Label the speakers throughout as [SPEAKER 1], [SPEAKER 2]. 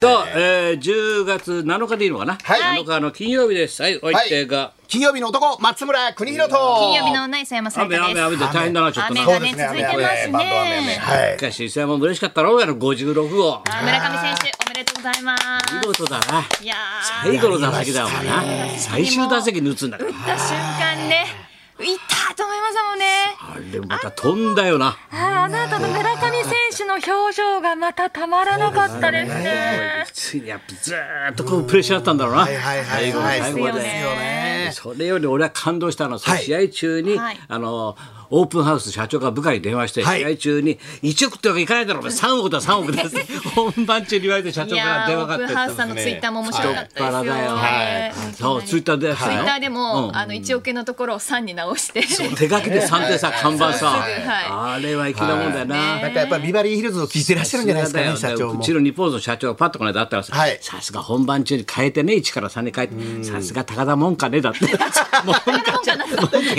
[SPEAKER 1] と、えー、10月7日でいいのかな、
[SPEAKER 2] はい
[SPEAKER 1] 7日の金曜日ですはいお相手が、
[SPEAKER 2] 金曜日の男松村邦弘と
[SPEAKER 3] 金曜日のうないさやまさんで
[SPEAKER 1] 雨雨
[SPEAKER 3] す。
[SPEAKER 1] 雨で大変だなちょっとな
[SPEAKER 3] 雨
[SPEAKER 2] そ
[SPEAKER 3] が
[SPEAKER 2] うですね
[SPEAKER 3] ね続いてますね
[SPEAKER 2] 雨雨バンド雨雨はい
[SPEAKER 1] しかし伊勢山も嬉しかったろうやの56号
[SPEAKER 3] あー村上選手おめでとうございます。
[SPEAKER 1] 見事だない
[SPEAKER 3] やー
[SPEAKER 1] 最後の打席だもんな最終打席に打つんだから
[SPEAKER 3] 打った瞬間ねいったと思いましたもんね。
[SPEAKER 1] あれまた飛んだよな
[SPEAKER 3] あーあなたの村上選手の表情がまたたまらなかったですね。
[SPEAKER 1] ついにやっぱずーっとこうプレッシャーだったんだろうな
[SPEAKER 2] はいはいはい
[SPEAKER 1] 最後の
[SPEAKER 2] はい
[SPEAKER 1] 最
[SPEAKER 3] そ
[SPEAKER 1] 後
[SPEAKER 3] う
[SPEAKER 1] ま
[SPEAKER 3] です
[SPEAKER 1] で
[SPEAKER 3] よね
[SPEAKER 1] それより俺は感動したのは、その
[SPEAKER 2] はい
[SPEAKER 1] 試合中に、
[SPEAKER 3] はい
[SPEAKER 1] あのオープンハウス社長が部下に電話して、
[SPEAKER 2] はい
[SPEAKER 1] 試合中に1億ってわけいかないだろう3億だ3億だって 本番中に言われて社長
[SPEAKER 3] い
[SPEAKER 1] から
[SPEAKER 3] や
[SPEAKER 1] 電
[SPEAKER 3] ー
[SPEAKER 1] 話
[SPEAKER 3] オ
[SPEAKER 1] かか
[SPEAKER 3] ー
[SPEAKER 1] っ
[SPEAKER 3] プ
[SPEAKER 1] てき
[SPEAKER 3] ン
[SPEAKER 1] た
[SPEAKER 3] ハウスさんのツイッターも面白かったですよ。
[SPEAKER 1] 太っ腹だよ
[SPEAKER 3] ね
[SPEAKER 1] そうツイッターで
[SPEAKER 3] ツイッターでも、
[SPEAKER 1] うん
[SPEAKER 3] あの1億円のところを3に直して
[SPEAKER 1] 手書きで3点さ看板さ、
[SPEAKER 3] はいは
[SPEAKER 1] あれは粋なもんだよな、
[SPEAKER 2] なんかやっぱりビバリーヒルズを聞いてらっしゃるんじゃないですかね
[SPEAKER 1] さすがだ
[SPEAKER 2] 社
[SPEAKER 1] よ
[SPEAKER 2] 長
[SPEAKER 1] う
[SPEAKER 2] も
[SPEAKER 1] ちの日本の社長がパッとこの間あったらさ、
[SPEAKER 2] はい
[SPEAKER 1] さすが本番中に変えてね、1から3に変えて、さすが高田門かねだ って。もう
[SPEAKER 3] 高田門下なん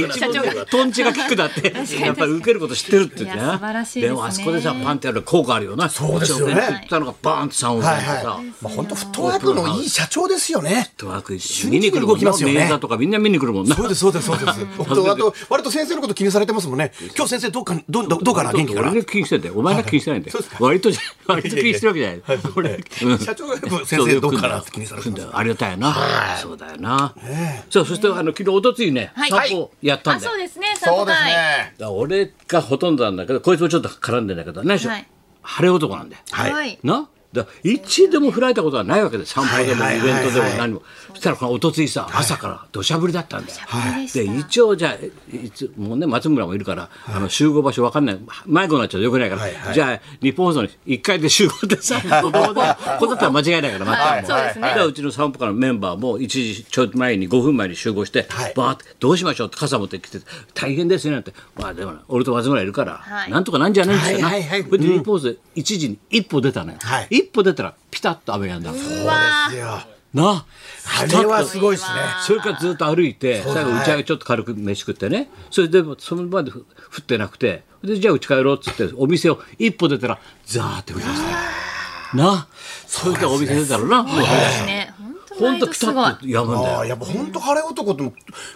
[SPEAKER 3] だ社長が
[SPEAKER 1] トンチが効くだって、やっぱり受けること知ってるってね。
[SPEAKER 3] いや素晴らしいですね
[SPEAKER 1] もあそこでさ、パンってやる効果あるよな。そう
[SPEAKER 2] ですよね
[SPEAKER 1] 打ったのがバーンって3を打っ
[SPEAKER 2] は
[SPEAKER 1] て
[SPEAKER 2] い
[SPEAKER 1] さ。
[SPEAKER 2] はいまあ本当フットワークのいい社長ですよね
[SPEAKER 1] フットワーク見
[SPEAKER 2] 見
[SPEAKER 1] に
[SPEAKER 2] に
[SPEAKER 1] 来
[SPEAKER 2] 来
[SPEAKER 1] る
[SPEAKER 2] る
[SPEAKER 1] も
[SPEAKER 2] 動
[SPEAKER 1] ん
[SPEAKER 2] きますよね
[SPEAKER 1] 名座とかみんな見に来るもんな。
[SPEAKER 2] そうですそうですそうです本当あと割と先生のこと気にされてますもんね今日先生どうかどどどうかな元気かな
[SPEAKER 1] 俺が気にしてんだよ。お前が気にしてないんだよ。割とじゃ、 割と気にしてるわけじゃない。俺がうん
[SPEAKER 2] 社長が先生どうかなって気にされてます
[SPEAKER 1] ありがたいな。そうだよな。そう、そして、あの、昨日、おとついね、
[SPEAKER 3] はい
[SPEAKER 1] 散歩やったん
[SPEAKER 3] あ
[SPEAKER 1] だよ
[SPEAKER 3] そう。ですね散歩会、
[SPEAKER 1] だから俺がほとんどなんだけど、こいつもちょっと絡んでんだけど、何しろ
[SPEAKER 3] はい、
[SPEAKER 1] 晴れ男なんだよ。
[SPEAKER 2] はい
[SPEAKER 3] はい
[SPEAKER 1] な。だから一度も振られたことはないわけで散歩でも
[SPEAKER 2] はいはい
[SPEAKER 1] イ
[SPEAKER 2] はい
[SPEAKER 1] ベ
[SPEAKER 2] は
[SPEAKER 1] ン
[SPEAKER 2] い
[SPEAKER 1] トでも何もそしたらこのおとついさ朝から土砂降りだったんだよ。
[SPEAKER 3] はい
[SPEAKER 1] で一応じゃあいつもうね松村もいるからあの集合場所わかんない迷子になっちゃうとよくないか
[SPEAKER 2] はいは
[SPEAKER 1] ら
[SPEAKER 2] い
[SPEAKER 1] じゃあ日本放送に一回で集合ってさ子供だ子供だったら間違いないからま
[SPEAKER 3] は
[SPEAKER 1] た
[SPEAKER 3] いそうですね
[SPEAKER 1] だからうちの散歩からのメンバーも1時ちょい前に5分前に集合して、
[SPEAKER 2] はい
[SPEAKER 1] バーってどうしましょうって傘持ってきて大変ですねなんてまあでもな俺と松村いるから、
[SPEAKER 3] はい
[SPEAKER 1] なんとかなんじゃないんですよな、
[SPEAKER 2] はいはいはい
[SPEAKER 1] これでリポーズで一時に一歩出たのよ、
[SPEAKER 2] はい
[SPEAKER 1] 一歩出たらピタッと雨やんだの
[SPEAKER 3] うわ
[SPEAKER 2] いや
[SPEAKER 1] な
[SPEAKER 2] あれはすごいですね
[SPEAKER 1] それからずっと歩いて最後打ち上げちょっと軽く飯食ってねそれでもそのまで降ってなくてでじゃあうち帰ろうっつってお店を一歩出たらザーって降りましたなそれでお店出たらなもう
[SPEAKER 3] ーですね本当
[SPEAKER 1] ほん
[SPEAKER 3] 毎
[SPEAKER 1] と
[SPEAKER 3] 度
[SPEAKER 1] ピ
[SPEAKER 3] す
[SPEAKER 1] タ
[SPEAKER 3] ごい
[SPEAKER 1] ッとやむんだよ
[SPEAKER 2] ああやっぱ本当晴れ男って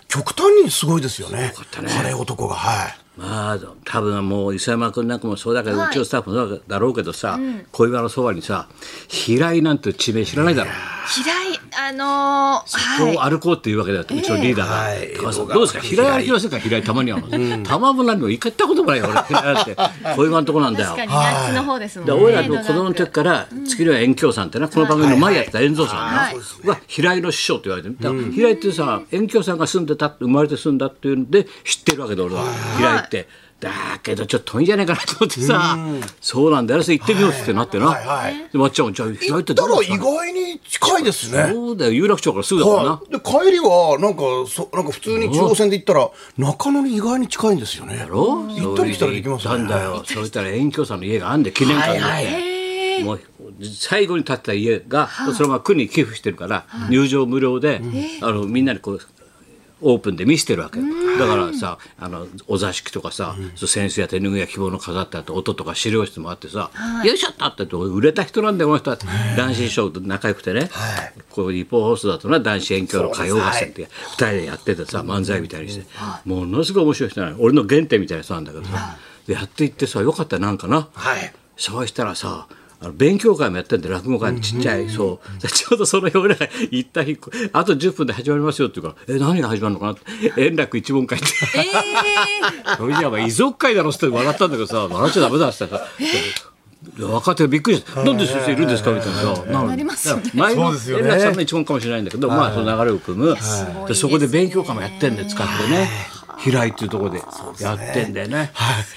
[SPEAKER 2] 極端にすごいですよね晴れ男がはい
[SPEAKER 1] まあ多分もう磯山君なんかもそうだけど、
[SPEAKER 3] はいう
[SPEAKER 1] ちのスタッフもだろうけどさ、小岩のそばにさ平井なんて地名知らないだろ
[SPEAKER 3] 平井あのー、はい
[SPEAKER 1] こう歩こうっていうわけだよ、うちのリーダーが、
[SPEAKER 2] ええはい
[SPEAKER 1] 高橋さんどうですか平井歩きませんか平井たまにはたまも何も行ったこともないよ俺平井なんて小岩のとこなんだよ
[SPEAKER 3] 確かにねあっちの方ですもん
[SPEAKER 1] で
[SPEAKER 3] ね
[SPEAKER 1] 俺らの子供の時から月の遠鏡さんってなこの番組の前やってた遠蔵さんな
[SPEAKER 3] はい
[SPEAKER 1] が平井の師匠って言われてるだから平井ってさ遠鏡さんが住んでたって生まれて住んだっていうんで知ってるわけで俺は平井って。だけどちょっと遠いんじゃないかなと思ってさそうなんだよそれ行ってみようっつってなってな
[SPEAKER 2] はいはい
[SPEAKER 1] でまっちゃんもじゃあ平井って
[SPEAKER 2] だか
[SPEAKER 1] どこ
[SPEAKER 2] ら意外に近いですね
[SPEAKER 1] そうだよ有楽町からすぐだからな
[SPEAKER 2] はい、で帰りはなんかそなんか普通に中央線で行ったら中野に意外に近いんですよねだ
[SPEAKER 1] ろ
[SPEAKER 2] 行ったり来たりできますね
[SPEAKER 1] 行ったんだよそしたら遠京さんの家があんで記念館で、
[SPEAKER 2] はいはい
[SPEAKER 1] もう最後に建てた家が、そのまま区に寄付してるから、入場無料で、あのみんなにこうオープンで見せてるわけよだからさあのお座敷とかさ、そう扇子や手ぬぐいや着物飾ってあと音とか資料室もあってさ「よいしょ!」ってあって売れた人なんだよこの人は男子師匠と仲良くてね、
[SPEAKER 2] はい
[SPEAKER 1] こう一方放送だとな男子遠鏡の歌謡合戦って2人でやっててさ漫才みたいにしてものすごい面白い人なの俺の原点みたいな人なんだけどさでやっていってさよかったなんかな
[SPEAKER 2] はい
[SPEAKER 1] そうしたらさあの勉強会もやってんで落語会のちっちゃい、そうでちょうどその日俺らが行った日あと10分で始まりますよって言うから「え何が始まるのかな?」って円楽一門会って
[SPEAKER 3] え
[SPEAKER 1] それじゃあお前遺族会だろっつって笑ったんだけどさ笑っちゃダメだっつってさ。若手がびっくりした。なんで先生いるんですかみたいなさ。な
[SPEAKER 3] なりますよね
[SPEAKER 1] 前の
[SPEAKER 2] そうですよね
[SPEAKER 1] 円楽さんの一問かもしれないんだけど、まあその流れを組む
[SPEAKER 3] すごい。
[SPEAKER 1] で
[SPEAKER 3] です
[SPEAKER 1] そ
[SPEAKER 3] ね
[SPEAKER 1] こで勉強会もやってんで使ってね。平井っていうところでやってんだよね。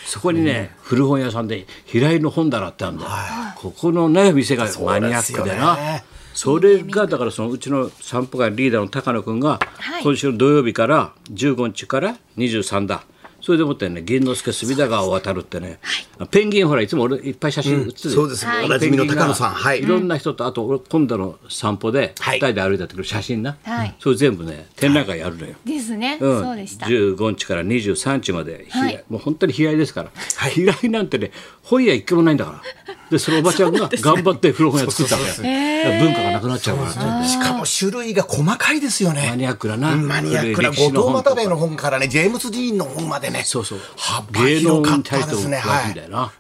[SPEAKER 1] そこにね、古本屋さんで平井の本棚ってあるんだよ。ここのね、店がマニアックで
[SPEAKER 2] そうですよ
[SPEAKER 1] な
[SPEAKER 2] ね。
[SPEAKER 1] それがだからそのうちの散歩会リーダーの高野君が
[SPEAKER 3] はい
[SPEAKER 1] 今週の土曜日から15日から23だそれでもってね銀之助隅田川を渡るってね、ペンギンほらいつも俺いっぱい写真写る、
[SPEAKER 2] そうですね
[SPEAKER 3] はい
[SPEAKER 2] おなじみの高野さんはい
[SPEAKER 1] いろんな人とあと俺今度の散歩で
[SPEAKER 2] は
[SPEAKER 1] 2
[SPEAKER 2] い
[SPEAKER 1] 人で歩いた時の写真な、
[SPEAKER 3] はい
[SPEAKER 1] それ全部ね展覧会やるのよ。
[SPEAKER 3] ですね、
[SPEAKER 1] うん、
[SPEAKER 3] そうでした
[SPEAKER 1] 15日から23日まで、
[SPEAKER 3] はい
[SPEAKER 1] 悲哀もう本当に悲哀ですから、悲哀なんてね本屋一軒もないんだからでそのおばちゃんが頑張って古本屋作ったわけ
[SPEAKER 2] そうそうそう
[SPEAKER 1] だから文化がなくなっちゃうからって
[SPEAKER 2] しかも種類が細かいですよね
[SPEAKER 1] マニアックだな
[SPEAKER 2] マニアック
[SPEAKER 1] 古い
[SPEAKER 2] な後
[SPEAKER 1] 歴史
[SPEAKER 2] 藤
[SPEAKER 1] の本とか
[SPEAKER 2] 又兵衛の本からねジェームズ・ディーンの本までね
[SPEAKER 1] そうそう
[SPEAKER 2] 幅
[SPEAKER 1] 芸能
[SPEAKER 2] 広かっ
[SPEAKER 1] に対
[SPEAKER 2] た
[SPEAKER 1] し
[SPEAKER 2] で
[SPEAKER 1] て
[SPEAKER 2] す
[SPEAKER 1] も
[SPEAKER 2] ね
[SPEAKER 1] やる
[SPEAKER 2] は
[SPEAKER 1] みた
[SPEAKER 2] い
[SPEAKER 1] いな、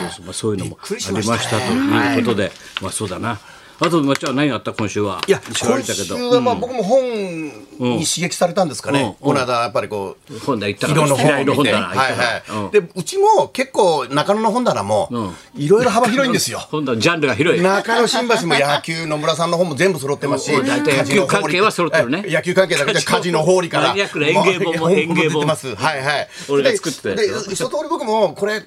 [SPEAKER 1] そうそうそう、まあ、そういうのも
[SPEAKER 2] びっ
[SPEAKER 1] あ
[SPEAKER 2] く
[SPEAKER 1] り
[SPEAKER 2] りしま
[SPEAKER 1] ま
[SPEAKER 2] したね
[SPEAKER 1] したということで、まあそうだなあとまあじゃあ何があった今週はい
[SPEAKER 2] や
[SPEAKER 1] 知ら
[SPEAKER 2] 今
[SPEAKER 1] れたけ
[SPEAKER 2] 週
[SPEAKER 1] ど
[SPEAKER 2] はまあ僕も本に刺激されたんですか
[SPEAKER 1] うんうん
[SPEAKER 2] ねこの間やっぱりこう
[SPEAKER 1] 本棚行ったから
[SPEAKER 2] 色の
[SPEAKER 1] 嫌いの
[SPEAKER 2] 本の
[SPEAKER 1] 本
[SPEAKER 2] 本
[SPEAKER 1] 棚
[SPEAKER 2] 棚
[SPEAKER 1] 行
[SPEAKER 2] はい
[SPEAKER 1] ったから、
[SPEAKER 2] はいでうちも結構中野の本棚もいろいろ幅広いんですよ
[SPEAKER 1] 今度はジャンルが広い
[SPEAKER 2] 中野新橋も野球野村さんの本も全部揃ってますし、
[SPEAKER 1] うん大体野球関係は揃ってるね
[SPEAKER 2] え野球関係だけじゃ家事の法理から、
[SPEAKER 1] マニアックな園芸本も園芸本
[SPEAKER 2] 出てます。はいはい。
[SPEAKER 1] 俺が作ってたやつ
[SPEAKER 2] で、で一通り僕もこれ。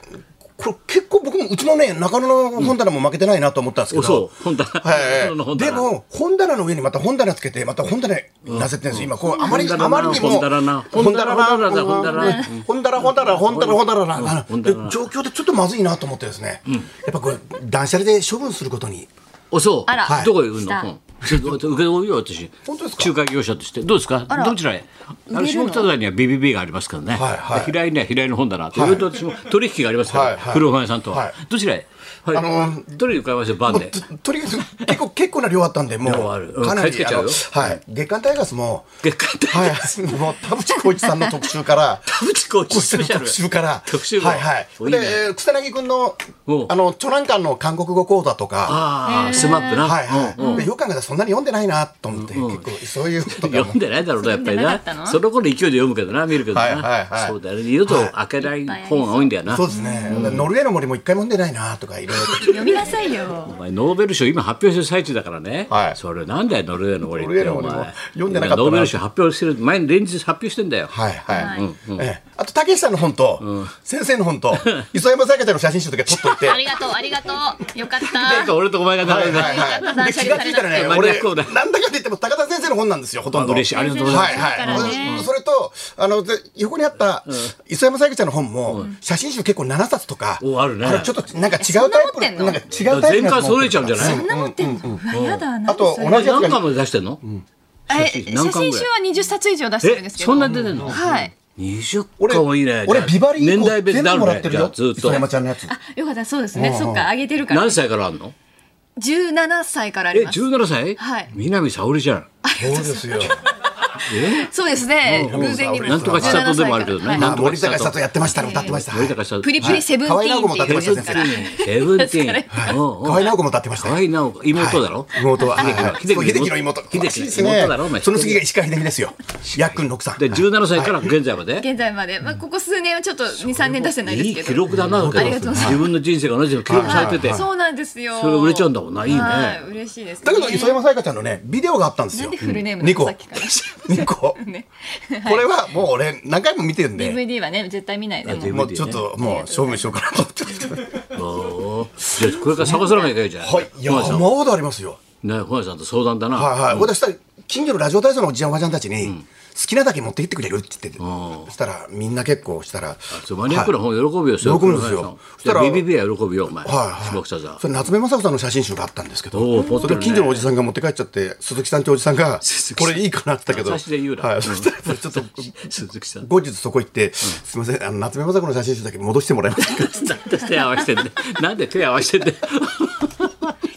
[SPEAKER 2] これ結構僕もうちのね中野の本棚も負けてないなと思ったんですけ
[SPEAKER 1] おそ
[SPEAKER 2] ど、
[SPEAKER 1] う本棚
[SPEAKER 2] はい
[SPEAKER 1] 中野の
[SPEAKER 2] は
[SPEAKER 1] 本棚
[SPEAKER 2] い、でも本棚の上にまた本棚つけてまた本棚なせてるんです、今こうあまり
[SPEAKER 1] 本棚な
[SPEAKER 2] あまりにも
[SPEAKER 1] 本棚な本棚な
[SPEAKER 2] 本棚
[SPEAKER 1] 本棚な
[SPEAKER 2] 本棚本棚本棚本棚なな
[SPEAKER 1] 本
[SPEAKER 2] で
[SPEAKER 1] 棚な
[SPEAKER 2] 状況でちょっとまずいなと思ってですね、やっぱこれ断捨離で処分することに
[SPEAKER 1] おそう
[SPEAKER 3] あら
[SPEAKER 1] はいどこへ売る
[SPEAKER 3] し
[SPEAKER 1] の
[SPEAKER 3] た
[SPEAKER 1] 本ちょっと受け取るよ私
[SPEAKER 2] 本当ですか
[SPEAKER 1] 仲介業者としてどうですか
[SPEAKER 3] ら
[SPEAKER 1] どちらへあの
[SPEAKER 3] 売れる
[SPEAKER 1] 下
[SPEAKER 3] の
[SPEAKER 1] 北沢には BBB がありますからね
[SPEAKER 2] はいはい
[SPEAKER 1] 平井には平井の本だなというと私も取引がありますか
[SPEAKER 2] は
[SPEAKER 1] ら
[SPEAKER 2] いはい
[SPEAKER 1] 古本屋さんと
[SPEAKER 2] は
[SPEAKER 1] はいどちらへはい
[SPEAKER 2] あのー
[SPEAKER 1] どれに伺いましょうバンで
[SPEAKER 2] ととりあえず結構結構な量あったんでも
[SPEAKER 1] 量あるう
[SPEAKER 2] うんかな
[SPEAKER 1] 買い
[SPEAKER 2] り
[SPEAKER 1] 付けちゃうよ
[SPEAKER 2] あのはい月刊タイガースも
[SPEAKER 1] 月刊
[SPEAKER 2] は
[SPEAKER 1] 隊
[SPEAKER 2] い もう田淵浩一さんの特集 から
[SPEAKER 1] 田淵コーチ
[SPEAKER 2] 浩一
[SPEAKER 1] ス
[SPEAKER 2] さん
[SPEAKER 1] ペ
[SPEAKER 2] の
[SPEAKER 1] シャル
[SPEAKER 2] 特集から
[SPEAKER 1] 特集号
[SPEAKER 2] はいはい
[SPEAKER 1] おいいね
[SPEAKER 2] でえー草薙君の
[SPEAKER 1] おう
[SPEAKER 2] あの著難館の韓国語講座とか
[SPEAKER 1] ああスマップな
[SPEAKER 2] はいは
[SPEAKER 1] うんうん
[SPEAKER 2] いでよく考えたらそんなに読んでないなと思って結構そういうことが
[SPEAKER 1] 読んでないだろうなやっぱり
[SPEAKER 3] 読んでなかった
[SPEAKER 1] な
[SPEAKER 3] の
[SPEAKER 1] その頃勢いで読むけどな見るけど
[SPEAKER 2] はいはい
[SPEAKER 1] な
[SPEAKER 2] はい
[SPEAKER 1] そうだよね二度と開けない本が多いんだよな
[SPEAKER 2] そうですねノルウェーの森も一回も読んでないなとかいろい ろ
[SPEAKER 3] 読みなさいよ
[SPEAKER 1] お前ノーベル賞今発表してる最中だからね、
[SPEAKER 2] はい
[SPEAKER 1] それなんだよノルウェーの森っ
[SPEAKER 2] ノルウェ
[SPEAKER 1] て
[SPEAKER 2] ーの
[SPEAKER 1] お
[SPEAKER 2] 森も
[SPEAKER 1] 前
[SPEAKER 2] 読んでなかったな
[SPEAKER 1] ノーベル賞発表してる前に連日発表してんだよ、
[SPEAKER 2] はいはい
[SPEAKER 3] うん
[SPEAKER 2] ええあとたけしさんの本と先生の本と磯山さやかちゃんの写真集だけ撮っとい て
[SPEAKER 3] ありがとうありがとうよかっ
[SPEAKER 1] なん か
[SPEAKER 3] た
[SPEAKER 1] 俺とお前が
[SPEAKER 2] は
[SPEAKER 1] 並
[SPEAKER 2] い
[SPEAKER 1] んで、
[SPEAKER 2] はいはい。で気がついた らね、
[SPEAKER 1] マニアッ
[SPEAKER 2] 俺
[SPEAKER 1] クだ
[SPEAKER 2] なんだかって言っても高田先生の本なんですよほとんど。
[SPEAKER 1] あ嬉しいありがとうございま
[SPEAKER 2] はい
[SPEAKER 1] す
[SPEAKER 2] はい。それとあので横にあった磯山さやかちゃんの本も写真集結構7冊とか。
[SPEAKER 1] おあるね
[SPEAKER 2] れちょっとなんか違うタイプ
[SPEAKER 3] そんな持ってんの
[SPEAKER 2] なんか違うタイプ
[SPEAKER 1] 全巻揃えちゃうんじゃない
[SPEAKER 2] い？
[SPEAKER 3] そんな持ってんのうわやだな
[SPEAKER 2] あと
[SPEAKER 3] それ
[SPEAKER 1] お
[SPEAKER 2] 同
[SPEAKER 1] 前
[SPEAKER 2] じやつ
[SPEAKER 1] 何
[SPEAKER 2] が
[SPEAKER 1] 巻まで出してんの、
[SPEAKER 3] え
[SPEAKER 1] 写真何
[SPEAKER 3] 写
[SPEAKER 1] 巻
[SPEAKER 3] 真
[SPEAKER 1] ぐらい
[SPEAKER 3] 集は20冊以上出してるん
[SPEAKER 1] え
[SPEAKER 3] ですけど
[SPEAKER 1] そんな出てんの、
[SPEAKER 3] はい
[SPEAKER 1] 20
[SPEAKER 2] 俺
[SPEAKER 1] 巻はいいね
[SPEAKER 2] 俺
[SPEAKER 1] じゃあ
[SPEAKER 2] ビバリー以降
[SPEAKER 1] 年代別
[SPEAKER 2] 全
[SPEAKER 1] だ
[SPEAKER 2] 部
[SPEAKER 1] ろ
[SPEAKER 2] も
[SPEAKER 1] う
[SPEAKER 2] ら
[SPEAKER 1] ね
[SPEAKER 2] ってる
[SPEAKER 1] じゃあ
[SPEAKER 2] よ。
[SPEAKER 1] ずっと
[SPEAKER 2] 磯山ちゃんのやつ。
[SPEAKER 3] あよかったそうですねそっかあげてるから
[SPEAKER 1] 何歳からあんの
[SPEAKER 3] 17歳からあ
[SPEAKER 1] え
[SPEAKER 3] ります
[SPEAKER 1] 17歳、
[SPEAKER 3] はい
[SPEAKER 1] 南沙織じゃん
[SPEAKER 2] そうですよ。
[SPEAKER 3] そうですね偶然にも
[SPEAKER 1] なんとか千里でもあるけどね
[SPEAKER 3] 17歳から
[SPEAKER 1] な
[SPEAKER 2] あ
[SPEAKER 1] んとか
[SPEAKER 2] 森高千里やってましたね。歌ってました。
[SPEAKER 1] 森高
[SPEAKER 2] は
[SPEAKER 1] さん
[SPEAKER 3] プリプリセブンティーンっていうやつですから
[SPEAKER 1] セブンティーンおうおう
[SPEAKER 2] い河合直子も歌ってました
[SPEAKER 1] 河
[SPEAKER 2] よ。
[SPEAKER 1] 合直子妹だろ、
[SPEAKER 2] はい妹ははいはい
[SPEAKER 1] 秀樹
[SPEAKER 2] そ
[SPEAKER 1] の
[SPEAKER 2] う秀樹の妹。
[SPEAKER 1] 秀樹の
[SPEAKER 2] 詳しいですね
[SPEAKER 1] 妹だろお前
[SPEAKER 2] その次が石川秀美ですよ。ヤックン六さん。
[SPEAKER 1] で17歳から現在まで、
[SPEAKER 3] 現在までまあここ数年はちょっと23年出してないです
[SPEAKER 1] い
[SPEAKER 3] け
[SPEAKER 1] い
[SPEAKER 3] ど
[SPEAKER 1] 記録だな、
[SPEAKER 3] ありがとうございます
[SPEAKER 1] 自分の人生が同じように記録されてて、
[SPEAKER 3] そうなんですよ
[SPEAKER 1] それが売れちゃうんだもんないいね
[SPEAKER 3] はい嬉しいですね
[SPEAKER 2] だけど磯山さやかちゃんのねビデオがあったんです
[SPEAKER 3] な
[SPEAKER 2] よ。
[SPEAKER 3] んでフルネームな
[SPEAKER 2] 二
[SPEAKER 3] の
[SPEAKER 2] 個
[SPEAKER 3] さっきから
[SPEAKER 2] 二個。
[SPEAKER 3] ね
[SPEAKER 2] これはもう俺何回も見てるんで、
[SPEAKER 3] DVD はね絶対見ないで
[SPEAKER 1] あ
[SPEAKER 3] も
[SPEAKER 1] DVD
[SPEAKER 3] う
[SPEAKER 2] もうちょっともう勝負しようかなと思ってますけど。
[SPEAKER 1] おーじゃあこれから探さなきゃいけないじゃん、
[SPEAKER 2] はい。いや
[SPEAKER 1] 本屋さん
[SPEAKER 2] まだありますよ。
[SPEAKER 1] ね本屋さんと相談だな、
[SPEAKER 2] はいはい。私たち近所のラジオ体操のおじちゃんおばちゃんたちに、好きなだけ持って行ってくれるって言ってて、そしたらみんな結構したら、
[SPEAKER 1] そうマニアックな
[SPEAKER 2] は
[SPEAKER 1] 本喜ぶよ、そ
[SPEAKER 2] 喜ぶんですよ
[SPEAKER 1] そ
[SPEAKER 2] そ
[SPEAKER 1] し
[SPEAKER 2] したた
[SPEAKER 1] ら
[SPEAKER 2] ら
[SPEAKER 1] BBB は喜ぶよお前、
[SPEAKER 2] いはいは
[SPEAKER 1] 下
[SPEAKER 2] い、
[SPEAKER 1] 北沢
[SPEAKER 2] それ夏目雅子さんの写真集があったんですけ
[SPEAKER 1] お
[SPEAKER 2] ど
[SPEAKER 1] ー持って
[SPEAKER 2] そ
[SPEAKER 1] るね
[SPEAKER 2] れ近所のおじさんが持って帰っちゃって鈴木さんっておじさんが
[SPEAKER 1] 鈴木
[SPEAKER 2] こ
[SPEAKER 1] さん
[SPEAKER 2] れいいかなって言ったけど
[SPEAKER 1] 差しで言うな
[SPEAKER 2] はい、そしたらちょっと
[SPEAKER 1] 鈴木さん
[SPEAKER 2] 後日そこ行って、すみませんあの夏目雅子の写真集だけ戻してもらえますか
[SPEAKER 1] なんで手合わせてんだ なんで手合わせてんだ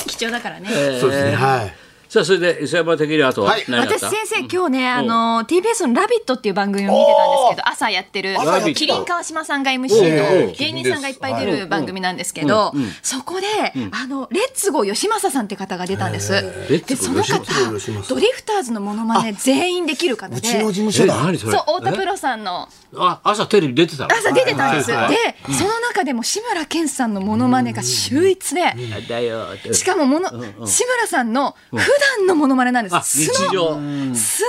[SPEAKER 3] 貴重だからね
[SPEAKER 2] そうですねはい
[SPEAKER 1] さあそれで磯山的にはあとは
[SPEAKER 2] はい
[SPEAKER 1] 何があった、
[SPEAKER 3] 私先生今日ねあの TBS の「ラビット!」っていう番組を見てたんですけど朝やってる
[SPEAKER 2] 朝やってた
[SPEAKER 3] 麒麟川島さんが
[SPEAKER 1] おうお
[SPEAKER 3] MC
[SPEAKER 1] う
[SPEAKER 3] の芸人さんがいっぱい出る番組なんですけどそこであのレッツゴー吉正さんって方が出たんです
[SPEAKER 1] レッツ
[SPEAKER 3] で
[SPEAKER 1] ゴ
[SPEAKER 3] そ
[SPEAKER 1] ー
[SPEAKER 3] の
[SPEAKER 1] よし
[SPEAKER 3] 方ドリフターズのモノマネ全員できる方
[SPEAKER 2] う
[SPEAKER 3] で
[SPEAKER 2] ちの事務所
[SPEAKER 1] え
[SPEAKER 2] だ
[SPEAKER 1] 何そ
[SPEAKER 3] そう
[SPEAKER 1] れ
[SPEAKER 3] 太田プ
[SPEAKER 1] え
[SPEAKER 3] ロさんの
[SPEAKER 1] あ朝テレビ出てたの
[SPEAKER 3] 朝出てたんですで
[SPEAKER 1] はいはい
[SPEAKER 3] その中でも志村けんさんのモノマネが秀逸で
[SPEAKER 1] だよーって
[SPEAKER 3] しかももの、志村さんの普段のモノマネなんで
[SPEAKER 1] あ
[SPEAKER 3] す。
[SPEAKER 1] 日
[SPEAKER 3] 素の
[SPEAKER 1] 常
[SPEAKER 3] 素の志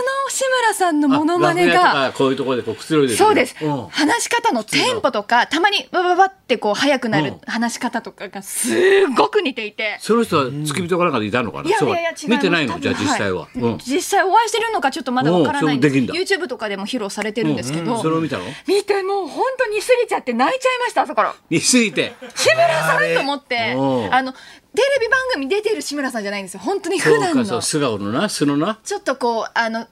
[SPEAKER 3] 村さんのモノマネ
[SPEAKER 1] あ楽屋
[SPEAKER 3] が。
[SPEAKER 1] とかこういうところでこうくつろいでる
[SPEAKER 3] そうです、
[SPEAKER 1] ん
[SPEAKER 3] 話し方のテンポとかたまにバババってこう速くな
[SPEAKER 1] うん
[SPEAKER 3] る話し方とかがすごく似ていて、
[SPEAKER 1] その人は付き人かなんかでいたのかな、
[SPEAKER 3] いやい
[SPEAKER 1] そう
[SPEAKER 3] やいや違います
[SPEAKER 1] 見てないの
[SPEAKER 3] 多
[SPEAKER 1] じゃ
[SPEAKER 3] 分
[SPEAKER 1] あ実際は、
[SPEAKER 3] い
[SPEAKER 1] うん
[SPEAKER 3] 実際お会いしてるのかちょっとまだわからないんです
[SPEAKER 1] うんそれもで
[SPEAKER 3] YouTube とかでも披露されてるんですけど、
[SPEAKER 1] それを見たの
[SPEAKER 3] 見てもう本当にすぎちゃって泣いちゃいました朝から
[SPEAKER 1] 見すぎて
[SPEAKER 3] 志村さんと思って
[SPEAKER 1] うん
[SPEAKER 3] あのテレビ番組出てる志村さんじゃないんですよ本当に
[SPEAKER 1] そ
[SPEAKER 3] 普
[SPEAKER 1] う
[SPEAKER 3] 段の
[SPEAKER 1] か
[SPEAKER 3] ち
[SPEAKER 1] そう
[SPEAKER 3] ょ
[SPEAKER 1] 素顔のな素のな
[SPEAKER 3] っとこうあの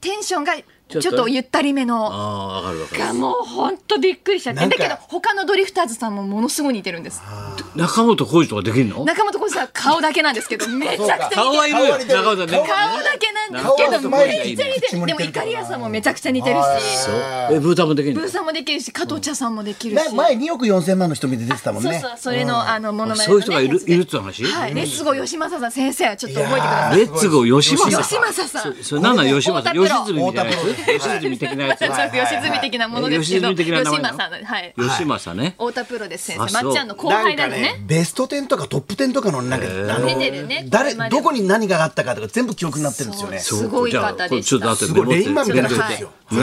[SPEAKER 3] テンションがちょっ
[SPEAKER 1] ちょっと
[SPEAKER 3] とゆったりめの
[SPEAKER 1] ああーわかるわか
[SPEAKER 3] がもう本当びっくりしちゃって
[SPEAKER 2] な
[SPEAKER 3] だ
[SPEAKER 2] んか
[SPEAKER 3] けど他のドリフターズさんもものすごい似てるんです
[SPEAKER 1] る中本浩二とかできるの
[SPEAKER 3] 中本浩二さんは顔だけなんです けどめちゃくちゃ
[SPEAKER 1] 顔
[SPEAKER 3] 似て
[SPEAKER 1] は
[SPEAKER 3] る
[SPEAKER 1] いるよ
[SPEAKER 2] 顔は似て
[SPEAKER 1] 中本さ
[SPEAKER 2] る
[SPEAKER 1] んね
[SPEAKER 2] 顔
[SPEAKER 3] 顔だけなんですけど
[SPEAKER 2] 顔は
[SPEAKER 3] め
[SPEAKER 2] スマ
[SPEAKER 3] っ
[SPEAKER 2] イル
[SPEAKER 3] ちゃ似てるでもイカリアさんもめちゃくちゃ似てるし
[SPEAKER 1] そうえブータンもできる
[SPEAKER 3] ブ
[SPEAKER 1] の
[SPEAKER 3] ーさんもできるし加藤茶さんもできるし
[SPEAKER 2] な前2億4000万の人見て出てたもん
[SPEAKER 3] そう
[SPEAKER 2] ね
[SPEAKER 3] そうそれのあのものまね
[SPEAKER 1] そういう人がいるいるって話、
[SPEAKER 3] はいレッツゴー吉政さん先生はちょっと覚えてください
[SPEAKER 1] レッツゴー吉政
[SPEAKER 3] 吉政さん
[SPEAKER 1] それなんなん吉政
[SPEAKER 3] 太
[SPEAKER 1] 吉
[SPEAKER 3] 田プ
[SPEAKER 1] 住みたいなや
[SPEAKER 2] 太田プ
[SPEAKER 1] つ吉住的なやつ
[SPEAKER 3] ちょっと吉住的なものですけど
[SPEAKER 1] 吉住的な名前
[SPEAKER 3] 吉政さんはい
[SPEAKER 1] 吉政ね
[SPEAKER 3] 太田プロです先
[SPEAKER 1] あそ
[SPEAKER 3] 生
[SPEAKER 1] う
[SPEAKER 3] まっちゃんの後輩だよね
[SPEAKER 2] ベスト10とかトップ10とかのなんかあ
[SPEAKER 3] 出てるね
[SPEAKER 2] の誰
[SPEAKER 3] これまで
[SPEAKER 2] どこに何があったかとか全部記憶になってるんですよね
[SPEAKER 3] そうすごい方
[SPEAKER 1] じゃあこれ
[SPEAKER 3] でした
[SPEAKER 1] ちょっと後でメモって
[SPEAKER 2] すごいレインマンみたいな
[SPEAKER 1] ちょっと
[SPEAKER 2] 人で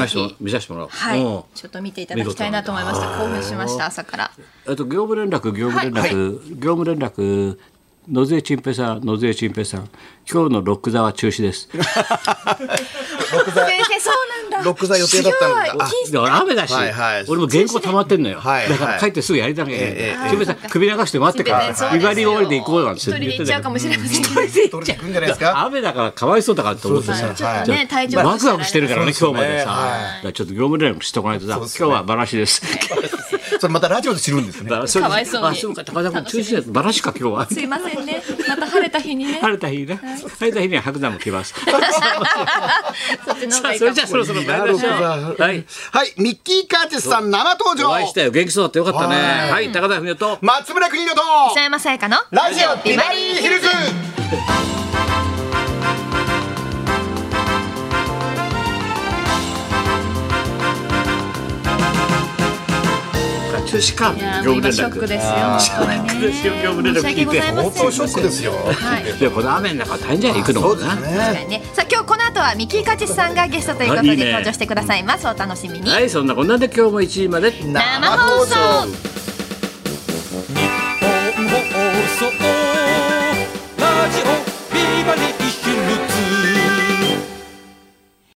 [SPEAKER 2] すよ
[SPEAKER 1] 見させてもらおう見させてもらおう、
[SPEAKER 3] はい
[SPEAKER 1] うん
[SPEAKER 3] ちょっと見ていただきたいなと思いました興奮しました朝から
[SPEAKER 1] あと業務連絡業務連絡、
[SPEAKER 3] はい
[SPEAKER 1] 業務連絡野添陳平さん野添陳平さん今日のロック座は中止 です
[SPEAKER 3] 先生そうなんだ
[SPEAKER 2] ロック座予定だったのが
[SPEAKER 3] 今日は禁止
[SPEAKER 1] だから雨だし、
[SPEAKER 2] はいはい
[SPEAKER 1] 俺も原稿溜まってんのよ、
[SPEAKER 2] はい
[SPEAKER 1] だから帰ってすぐやりたくない、
[SPEAKER 2] え
[SPEAKER 1] 陳平さん首流して待ってから、
[SPEAKER 3] そうです
[SPEAKER 1] ビ
[SPEAKER 3] よ
[SPEAKER 1] バリー終わりで行こうなんて
[SPEAKER 3] 一人で行っちゃうかも
[SPEAKER 1] し
[SPEAKER 3] しれませんけど
[SPEAKER 2] 取れてくんじゃないで すか
[SPEAKER 1] 雨だからかわいそうだからと思って
[SPEAKER 3] ま
[SPEAKER 1] さ
[SPEAKER 3] あちょっとね体調
[SPEAKER 1] ワクワクしてるからね
[SPEAKER 2] そ
[SPEAKER 1] 今
[SPEAKER 2] う
[SPEAKER 1] 日
[SPEAKER 2] で
[SPEAKER 1] ます
[SPEAKER 2] ね
[SPEAKER 1] でさ、
[SPEAKER 2] はい
[SPEAKER 1] だからちょっと業務連絡しとかないとさ、
[SPEAKER 2] そう
[SPEAKER 1] 今
[SPEAKER 2] です
[SPEAKER 1] 日
[SPEAKER 2] ね
[SPEAKER 1] はバラシ です
[SPEAKER 2] それまたラジオで知るんですね
[SPEAKER 1] だらそれで
[SPEAKER 3] かわいそうに
[SPEAKER 1] あそうか高田君中止だとバラシか今日は
[SPEAKER 3] すいませんねまた晴れた日 にね
[SPEAKER 1] 晴れた日ね晴れた日には白山も来ます
[SPEAKER 3] そっちの
[SPEAKER 1] さあ
[SPEAKER 3] 方がいい
[SPEAKER 1] そ
[SPEAKER 3] か
[SPEAKER 1] れ
[SPEAKER 3] も
[SPEAKER 1] じゃあそろそろ参りましょうはい
[SPEAKER 2] はいミッキー・カーティスさん生登
[SPEAKER 1] お会いし
[SPEAKER 2] 場
[SPEAKER 1] たよ元気そうだってよかったね
[SPEAKER 2] はい
[SPEAKER 1] はい高田文夫と
[SPEAKER 2] 松村邦洋と
[SPEAKER 3] 磯山さやかの
[SPEAKER 2] ラジオビバリーヒルズ
[SPEAKER 1] 中止か
[SPEAKER 3] いやーもう今ショックですよ本当
[SPEAKER 1] ショ
[SPEAKER 3] にね
[SPEAKER 1] ックですよ業務連絡聞いて
[SPEAKER 3] 申し訳ございません
[SPEAKER 2] 相当ショックですよ
[SPEAKER 3] はい
[SPEAKER 1] いやこの雨の中大変じゃん行くのもな
[SPEAKER 3] 確
[SPEAKER 2] ね
[SPEAKER 3] かにねさあ今日この後はミキーカチスさんがゲストということで
[SPEAKER 1] あいいね
[SPEAKER 3] 登場してくださいますお楽しみに
[SPEAKER 1] はいそんなこんなんで今日も1時まで
[SPEAKER 3] 生放送
[SPEAKER 4] 放送